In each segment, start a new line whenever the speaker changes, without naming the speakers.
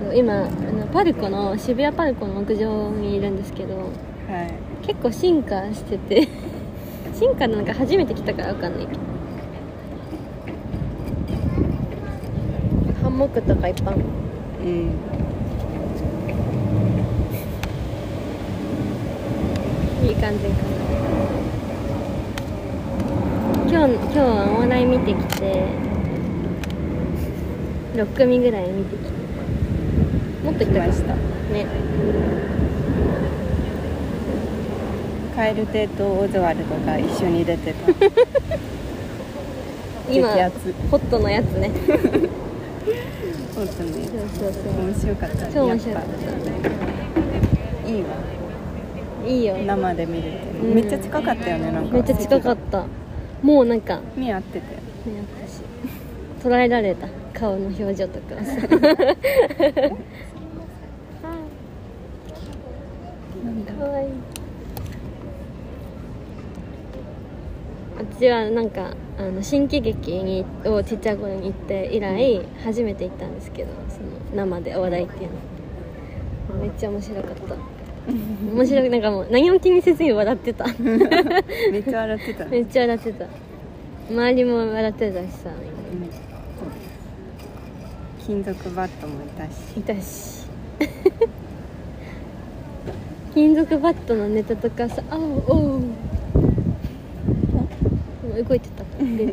そう今あのパルコの渋谷パルコの屋上にいるんですけど
はい
結構進化してて 進化なんか初めて来たからわかんないけどハンモックとかいっぱい
うん
いい感じかな今日今日はお笑い見てきて6組ぐらい見てきてもっと
来
来た
ま
か
した
ね
蛙亭とオズワルドが一緒に出てた
今
激アツ
ホットのやつ ねそう
本当に
そうそう
面白かった
超面白かっ
たいいわ
たいいよ
生で見れて、
うん
めっちゃ近かったよねなんか
めっちゃ近かったもうなんか
目合ってて
ね私捉えられた顔の表情とかをさ
なんだ
かわいい私はなんかあの新喜劇にをちっちゃい頃に行って以来初めて行ったんですけどその生でお笑いっていうのめっちゃ面白かった面白くなんかもう何も気にせずに笑ってた
めっちゃ笑ってた ね
めっちゃ笑ってた周りも笑ってたしさ
うん金属バットもいたし
いたし 金属バットのネタとかさ「あおおう」動いてたからベビー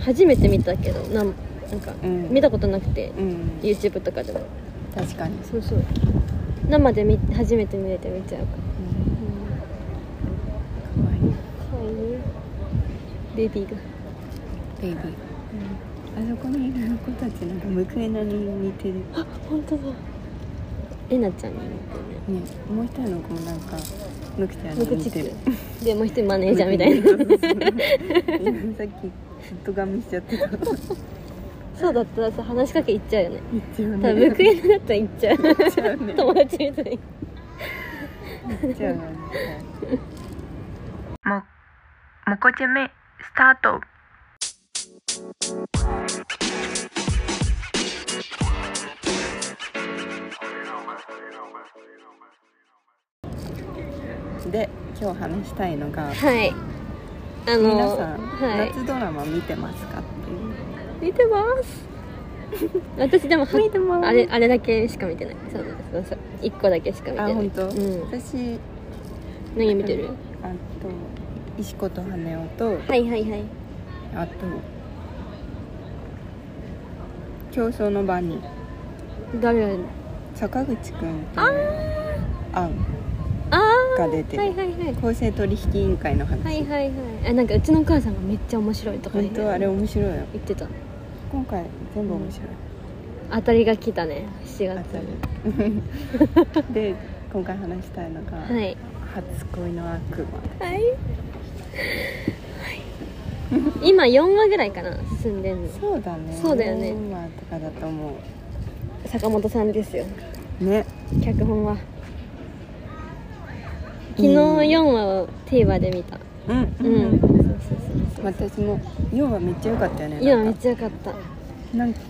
初めて見たけどなんなんか、
うん
見たことなくて、
うん、
YouTube とかでも
確かに、
そうそう生で見初めて見れて見ちゃうか
うん、かわい
ら、
い
うん、かわいいベビーが
ベイビー、あそこにいる子たちなんかムクエナに似てるね
あ本当だえなちゃんに似てるね
もう一人の子もなんかムクちゃんに
僕
似てる
クでもう一人マネージャーみたいな
そうそうそう今 さっきずっとガミしちゃってた
そうだったらさ話しかけ行っちゃうよね
一応
多分
ね
報いなだったら行っちゃう
ちゃうね
友達みたいに
じゃあ
も、もこちゃめ、スタート。
で今日話したいのが
はいあの
皆さん、
はい
夏ドラマ見てますかってい
見
う
てます私でもは
見てます
あれあれだけしか見てないそうそうそう一個だけしか見て
あ
ない
本当、
うん
私
何見てる
あと石子と羽男と
はいはいはい
あと競争の場に
誰
坂口くんとあん
ああ
が出てる、
はいはいはい
公正取引委員会の話、
はいはいはいあなんかうちのお母さんがめっちゃ面白いとか
本
言
当あれ面白いよ
言ってた
今回全部面白い、
当たりが来たね7
あ
月
たり で今回話したいのが、
はい
初恋の悪
はい今4話ぐらいかな進んでんの
魔そうだね
そうだよね
今とかだと思
坂本さんですよ
うね
脚本は昨日
うん
4話を TVer で見た
うん、
うん、そうそうそうそう
私も要はめっちゃ良かったよね
今
な
め
ん
っ
か
ちゃ良かった
なんか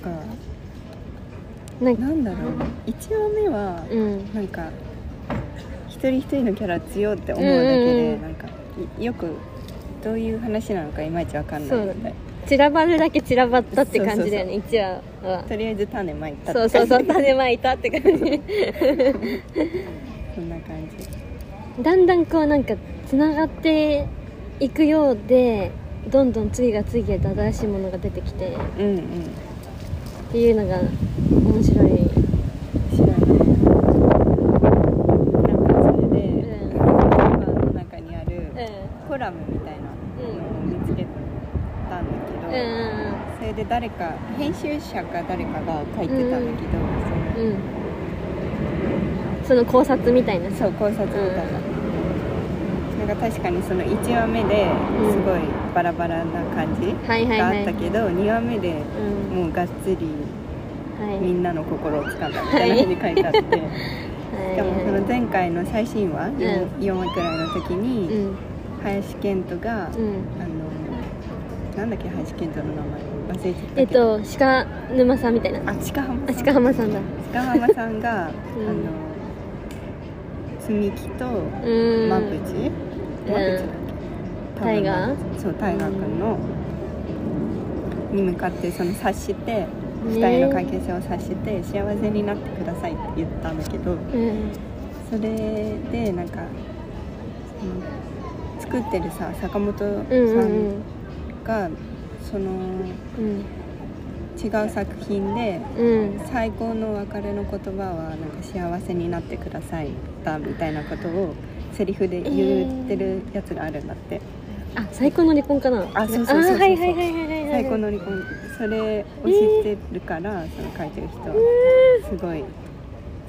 なんか
なんだろう1話目は、
うん
なんか一人一人のキャラ強いって思うだけ
う
で、
んうんうん
なんかいよくどういう話なのかいまいちわかんない
そうだ
みたい
散らばるだけ散らばったって感じだよね1話は
とりあえず種まいたって
そうそう そう種まいたって感じ
そんな感じ
だんだんこうなんかつながっていくようでどんどん次が次へと新しいものが出てきてっ
うんうん
ていうのが面白い、
面白いねなんかそれで、
ん
看板の中にある
う
コラムみたいなのを見つけたんだけど、
んうん
それで誰か編集者か誰かが書いてたんだけど、
うんその考察みたいな
そのそう考察みたいな、それが確かにその1話目ですごいバラバラな感じ
はいはい
が
は
あ
い
ったけど、2話目で
うん
もうがっつり
はい
みんなの心をつかんだみたいな風に書いて あって、
はい
しかもその前回の最新話、四
う
4, 話くらいの時に。
うん
林健人が、
うん
あのなんだっけ林健人の名前忘れちゃった
え
け
っ
ど
と鹿沼さんみたいな
あ近浜
あ
さん
鹿浜さんだ
鹿浜さん
うん
が、あの積み木と
うーん
マプチ、マプチだっけ
タイガー
多分そうタイガーくんの、に向かってその察して2人の関係性を察して幸せになってくださいって言ったんだけど
うん
それでなんかその作ってるさ坂本さ
うんうん
んがその
うん
違う作品で
うん
最高の別れの言葉はなんか幸せになってくださいだみたいなことをセリフで言ってるやつがあるんだって、
あ最高の離婚かな
あそうそうそうそう
あはいはいはいはいはいはい
最高の離婚それを知ってるから、その書いてる人はすごい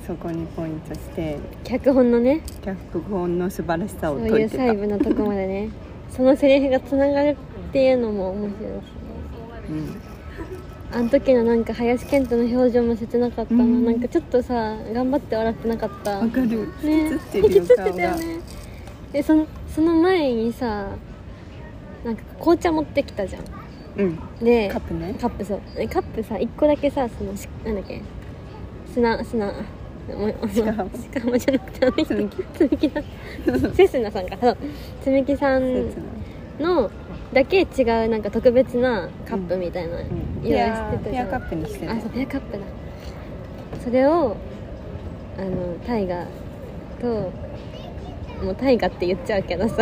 そこにポイントして
脚本のね
脚本の素晴らしさ
そ
を
うい
解
う
いて
細
た
部のとこまでね そのセリフがつながるっていうのも面白いし
うん
あの時のなんか林健人の表情も切なかったな、
うん
なんかちょっとさ頑張って笑ってなかった
わかる、
ね
引きつってる
引き
よ
つって
顔
たよ
が、
ねでそのその前にさなんか紅茶持ってきたじゃん
うん
で
カップね
カップそうえカップさ一個だけさそのしなんだっけ砂砂もう
シカゴ
シカゴじゃなくて
積み木
積み木だセスナさんかそう積み木さん
切な
のだけ違うなんか特別なカップみたいな、
うん
用意して
ペ
た
ア
じゃん
ペアカップにしてる
あそうペアカップだそれをあのタイガともうタイガって言っちゃうけど さ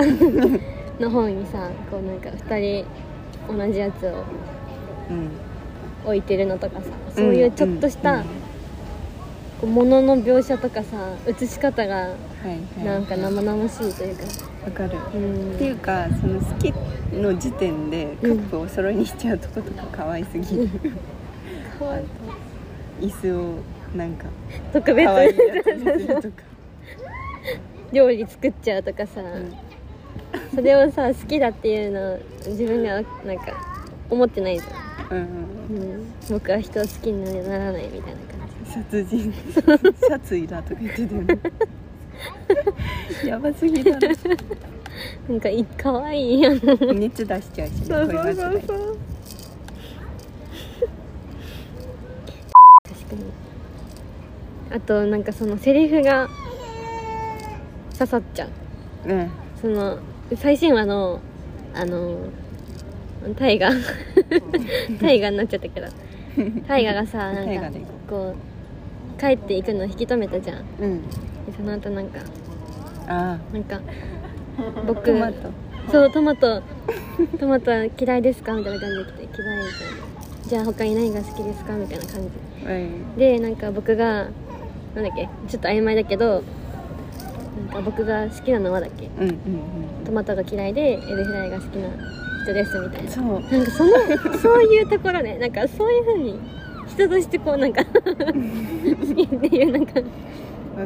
の方にさこうなんか2人同じやつを
うん
置いてるのとかさそういうちょっとしたこう物の描写とかさ写し方が
はいは
ないんか生々しいというか、
わかる
う
っ
ん
ていうかその好きの時点でカップをお揃いにしちゃうとことか可愛すぎる、
かわいい
椅子をなんか
特別
可愛いやつにするとか
料理作っちゃうとかさ、
ん
それをさ好きだっていうの自分がなんか思ってないじゃ
うん
ん、うん、僕は人を好きにならないみたいな感じ
殺人シャツいらとか言ってたよねやばすぎだろ
なんかいかわいいやんそう
熱出しちゃうしね
そう
恋
そう
バ
そう
ズで
確かにあとなんかそのセリフが刺さっちゃう
うん
その最新話のあのタイガタイガになっちゃったけど タイガがさな
大河
んか
でいこ
こう帰っていくのを引き止めたじゃん
ううん
でその後なんか
あ
なん か
あ
僕
トマト
そうトマトトマト嫌いですかみたいな感じで来て嫌いみたいなじゃあ他に何が好きですかみたいな感じ
はい
でなんか僕がなんだっけちょっと曖昧だけどなんか僕が好きなのはだっけ
うんうん
トマトが嫌いでエビフライが好きな人ですみたい
うん
な
そう
なんかその そういうところでなんかそういうふうに人としてこうなんか 好きっていうなんか
わ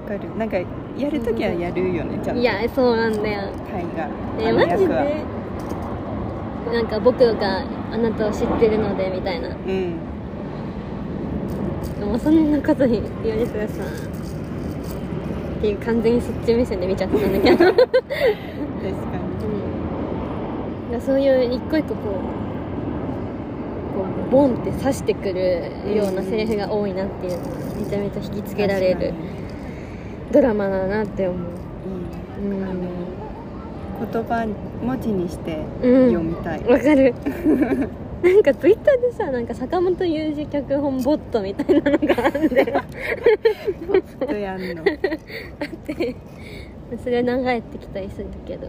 かるなんかやるときはやるよねちゃんと
いやそうなんだよ
タイが
え
あの
マジ
役
で
は
なんか僕があなたを知ってるのでみたいな
うん
でもそんなこと言われたらさっていう完全にそっち目線で見ちゃってたんだけど、うん、だか
確かに
らそういう一個一個こうこうボンって刺してくるようなセリフが多いなっていうのはめちゃめちゃ引きつけられるドラマだなって思う
う
うん
ん、あの言葉文字にして
うん
読みたい、
わかる なんかツイッターでさなんか坂本雄二脚本ボットみたいなのがあるんだよ
どうやんの
ってそれ流れてきたりするけど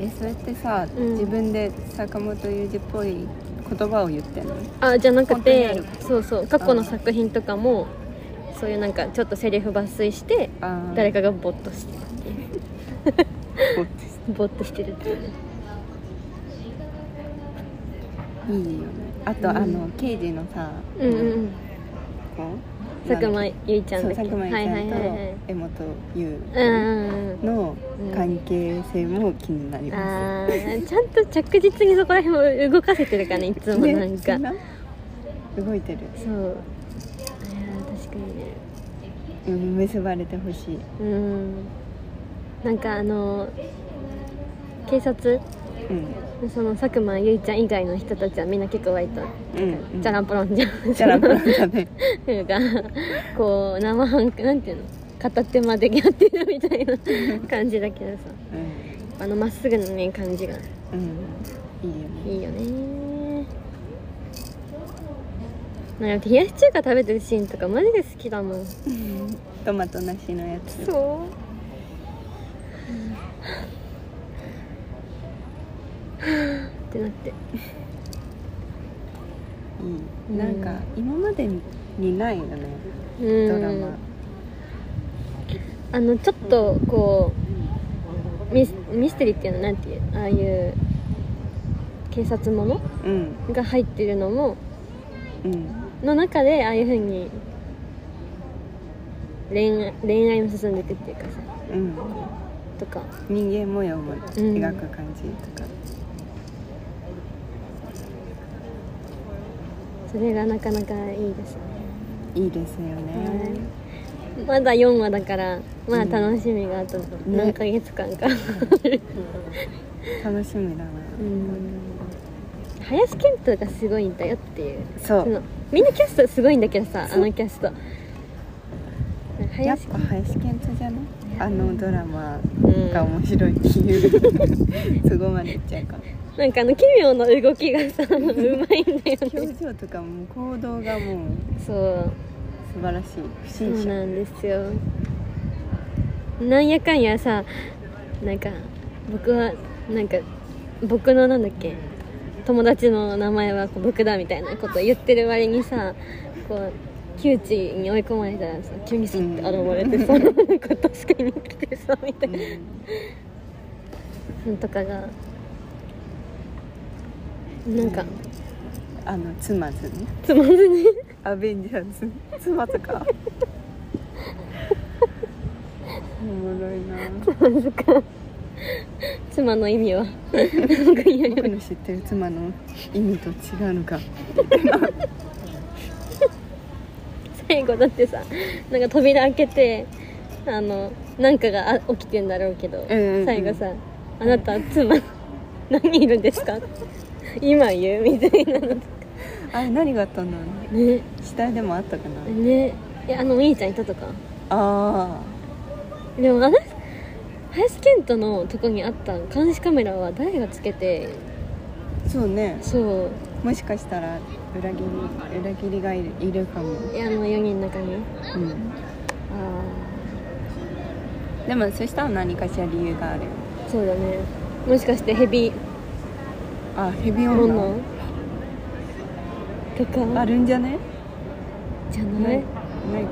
えそうやってさ、
うん
自分で坂本雄二っぽい言葉を言ってんの
あじゃなく
本当にあ
て
る
そうそう過去の作品とかもそういうなんかちょっとセリフ抜粋して
あー
誰かがボットしてるっていう
こう
ボットしてるっていうね
いいよねあと、
うん
あの刑事のさ、
うんうんうん
こう
佐久間
なんだっ
ゆいち
け
ゃん
そ
だ
う
っけ
佐久間
は
由衣
い
ち
はいはい
ゃんと
はい
江本優
うんうんうん
の
うん
関係性も気になりま
あーちゃんと着実にそこら辺を動かせてるからねい
す
つもなんか、
ね動いてる
そういやー確かにね
うん結ばれてほしい
うんなんかあのー警察
うん
でその佐久間ゆいちゃん以外の人たちはみんな結構割と
うんうん
チャランポロンじゃん
じゃらんだね
なんかこう生半可なんていうの片手間でやってるみたいな感じだけどさあのまっすぐのね感じが
うん、うん、いいよね
いいよねなんか冷やし中華食べてるシーンとかマジで好きだもん
トマトなしのやつ
そうってなって
いいなんか今までにないよね
う
ドラマ
あのちょっとこうミスミステリーっていうのなんていうああいう警察もの
うん
が入ってるのも
うん
の中でああいうふうに恋愛恋愛も進んでいくっていうかさ
うん
とか
人間模様も描く感じとか
それがなかなかいいですね、
いいですよね
まだ4話だからまあ
うん
楽しみがあと何ヶ月間か、
楽しみだな
うん林遣都がすごいんだよっていう
そ
そうのみんなキャストすごいんだけどさあのキャスト
やっ
林
ぱ林健人じゃないあのドラマ
うん
が面白いっていう そこまで言っちゃうかも
なんかあの奇妙な動きがさ うまいんだよね
表情とかも行動がもう
そう
素晴らしい不
そう
審者
なんですよなんやかんやさなんか僕はなんか僕のなんだっけ友達の名前はこう僕だみたいなこと言ってる割にさこう窮地に追い込まれたらさ急にさって現れてさ、なんか助けに来てさみたいな、なんとかがなんか
あのつまずね
つまずに
アベンジャーズつまずかおもろいな
妻の意味はなんか言え
僕
る
の知ってる妻の意味と違うのか
最後だってさなんか扉開けてあのなんかがあ起きてんだろうけど、
んうんうん
最後さ「あなたは妻何人いるんですか?」今言うみたいなの
あれ何があったんだろう
ね
死体でもあったかな
ねいやあのお兄ちゃんいたとか
あ
でもあれ林遣都のとこにあった監視カメラは誰がつけて
あそうね
そう
もしかしたら裏切り裏切りがいるいるかも、
いやあの4人の中に
うん、
あ
でもそしたら何かしら理由がある
あそうだねもしかしてヘビ
あヘビ女
女とか
あるんじゃね
じゃ
な
ないい
ないわ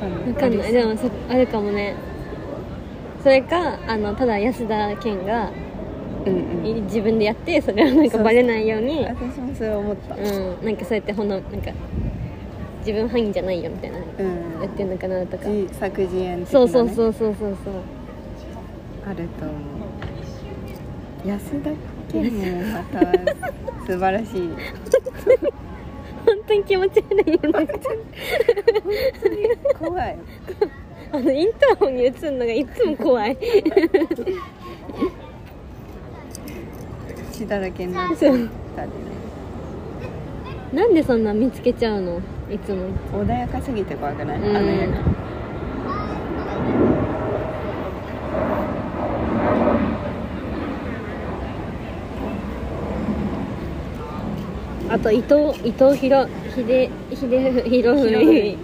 かんない
わかんないでもそあるかもねそれかあのただ安田健が
うん
い
うん
自分でやってそれはなんか
そう
バレないように
私もそれ思った
うんなんかそうやってほんのなんか自分範囲じゃないよみたいなや
うん
ってんのかなとか、
自作自演的な、ね、
そうそうそうそうそうそう
あると思う安田健もまた素晴らしい
本当に気持ち悪いよね
怖い
あのインターホンに映るのがいつも怖い
血だらけになっ
そう
たりね
なんでそんな見つけちゃうのいつも
穏やかすぎて怖くない、
うん
あの映画
あと伊藤伊藤博秀秀博文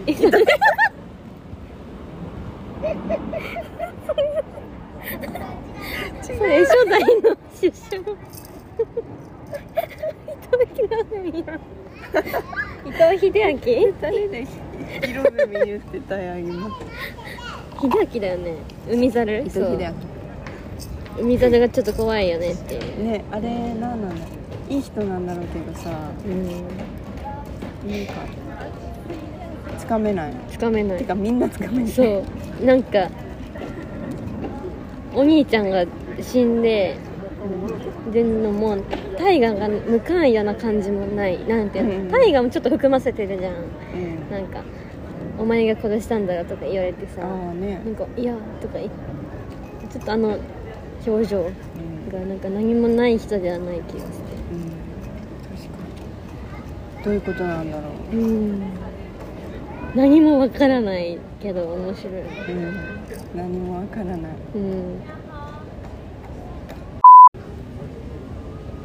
それ初代の出所伊藤博文伊藤秀明
誰で広め言ってたや今
秀明だよね海猿
伊藤
そう
秀
海猿がちょっと怖いよねっていう
明ねあれ何なんだろういい人なんだろうけどさなん
うん
かつかめない
つかめな
て
い
かみんなつかめない
そうなんかお兄ちゃんが死んででのもう大河が向かんような感じもないなんていう
うん
の大河もちょっと含ませてるじゃん
うん
なんか「お前が殺したんだろ」とか言われてさ「
ああ
な
ね、
んかいや」とか言っちょっとあの表情
うん
がなんか何もない人ではない気がして
うん確かにどういうことなんだろ、
うん何もわからないけど面白いう
うん、何もわからない
うん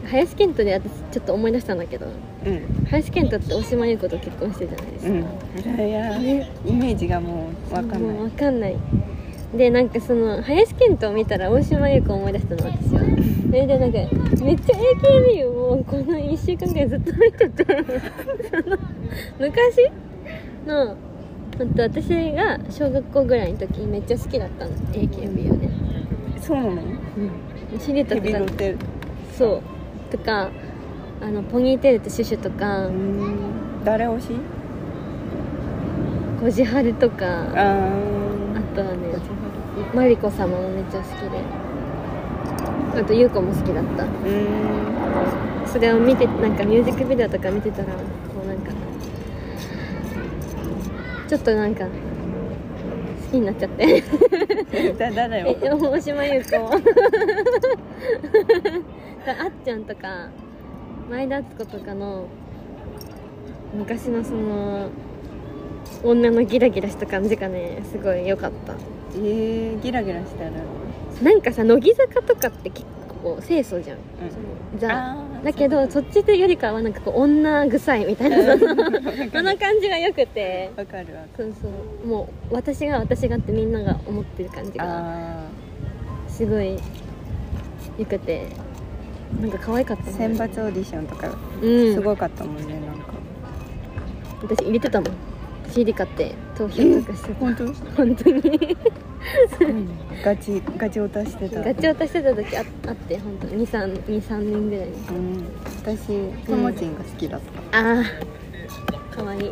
林遣都で私ちょっと思い出したんだけど
うん
林遣都って大島優子と結婚してるじゃないですか、
うんいやいやイメージがもうわかん
もう
ない
わかんないでなんかその林遣都を見たら大島優子を思い出したの私はそれでなんかめっちゃ AKB をもうこの1週間ぐらいずっと見ててその昔のほんと私が小学校ぐらいの時にめっちゃ好きだったの AKB をね、
そうなの
うん、重田
ヘ
と
ビ
か
ロテル
そうとかあのポニーテールとシュシュとか
うん誰推し
こじはると
あ
かあ
ー
とはねマリコ様もめっちゃ好きであと優子も好きだった
うん
それを見てなんかミュージックビデオとか見てたらこうなんかちょっとなんか好きになっちゃって
だ誰よ
え大島優子あっちゃんとか前田敦子とかの昔のその女のギラギラした感じがねすごい良かった
えー、ギラギラしてる
なんかさ乃木坂とかって結構清楚じゃん、
ん
そのザ
あー
だけどそっちでよりかはなんかこう女臭いみたいな そのその感じが良くて
わかるわ
そ
かる
うそうもう私が私がってみんなが思ってる感じが
あ
すごい良くてなんか可愛かった
ー
もん
選抜オーディションとか
うん
すごかったもんね、なんか
私入れてたもん CD 買って投票とかして
本当
本当に
ガチガチを足してた
ガチ落としてた時ああって本当に23年ぐらいに
うん私ともちんが好きだった、
ああかわいい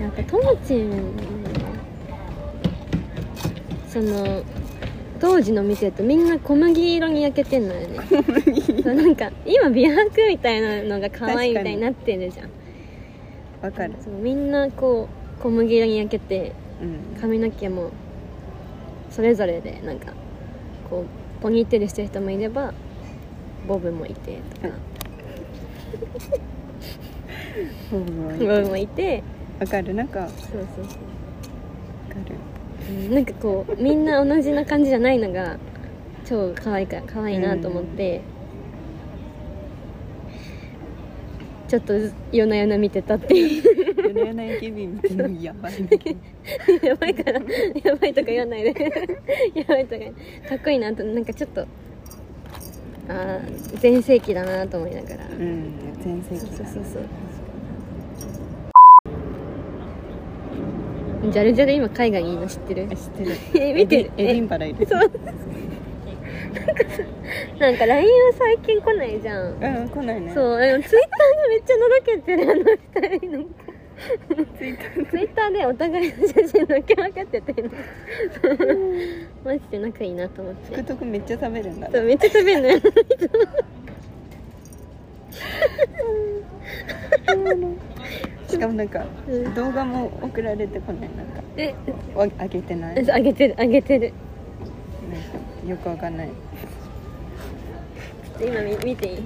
なんかともちんその当時の見てるとみんな小麦色に焼けてんのよねそうなんか今美白みたいなのが可愛いみたいになってるじゃん
わかる
そうみんなこう小麦色に焼けて
うん
髪の毛もそれぞれでなんかこうポニーテールしてる人もいればボブもいてとか
そう思
ボブ
う
もいて
わかるなんかわか
そうそうそ
る
ううんなんかこうみんな同じな感じじゃないのが超可愛いから可愛いなと思って、ちょっと夜な夜な見てたっていう
夜な夜な AKB 見てるのやばいね
やばいからやばいとか言わないでやばいとかかっこいいなとなんかちょっとああ全盛期だなと思いながら、
うん全盛期
そう
だ
そうそうジャルジャル今海外にいるの知ってる
え知ってる
え見てる
エディエディンバラいる
そうなんか LINE は最近来ないじゃん、
うん来ないね
そうでも Twitter がめっちゃのろけてるあの二人の
ツイッター
Twitter でお互いの写真のっけまくっててマジで仲いいなと思って
福徳めっちゃ食べるんだ
そうめっちゃ食べるのよ
しかもなんか
うん
動画も送られてこないなんか
え
わあげてないなんか
あげてるあげてる
よくわかんない
ちょっと今見見ていい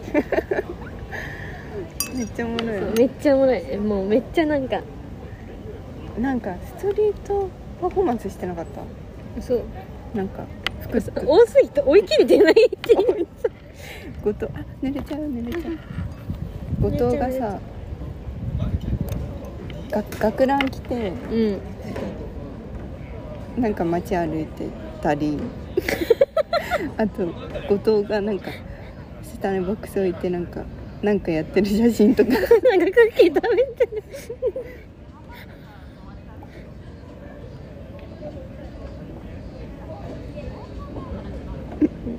めっちゃおもろい
そうめっちゃおもろいえもうめっちゃなんか
なんかストリートパフォーマンスしてなかった
そう
なんか服ご
多すぎて追い切れてないっていう
とあ濡れちゃう濡れちゃう 後藤がさが学ラン着て
うん
なんか街歩いて たりあと後藤がなんか下にボックス置いてなんかなんかやってる写真とか
なんかクッキー食べてる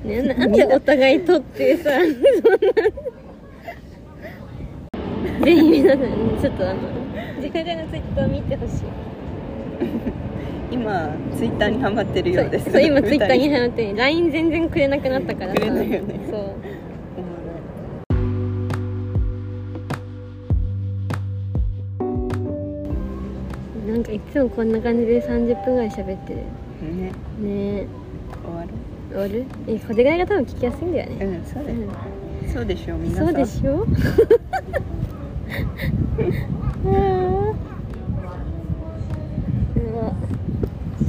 ね、なんでお互い撮ってさそんなぜひ皆さんちょっとあの自分でのツイッター見てほしい
今ツイッターにハマってるようです
そう今ツイッター
二
に
人
貼って LINE 全然くれなくなったからさ
くれないよね
そう
おもろい
なんかいつもこんな感じで30分ぐらい喋ってる
ね
ねえ
終わる
終わるえこれぐらいが多分聞きやすいんだよね、
うんそう
う
だよ
ん、
そうでしょ皆さ
そ
ん
うでしょうわーうわ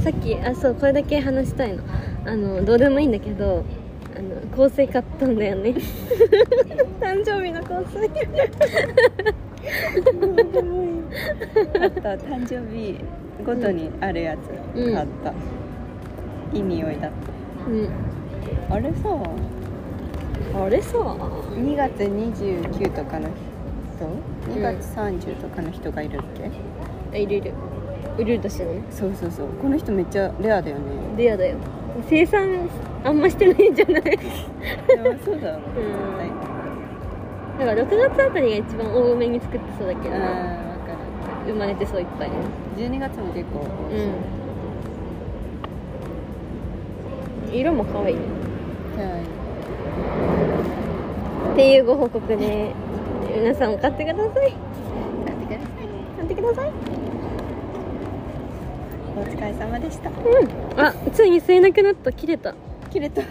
さっきあそうこれだけ話したいのあのどうでもいいんだけどあの香水買ったんだよね誕生日の香水
あった誕生日ごとにあるやつ
うん
買った、いい匂いだった
うん
あれさ
あれさ
2月29とかの人2月30とかの人がいるっけ、
あいるいるいるだしね
そうそうそうこの人めっちゃレアだよね
レアだよ生産あんましてないんじゃ ない
でもそうだよ
う
絶
ん
対
だから6月あたりが一番多めに作ってそうだけどな
あーわか
生まれてそういっぱいね
る12月も結構多いし、
うん色も可愛いね
はい
っていうご報告で皆さんも買ってください
買っ
買って
てください
ください
お疲れ様でした
うんあついに吸えなくなった切れたっ
切れた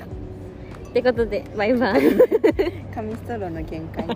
てことでバイバイ
紙ストローの限界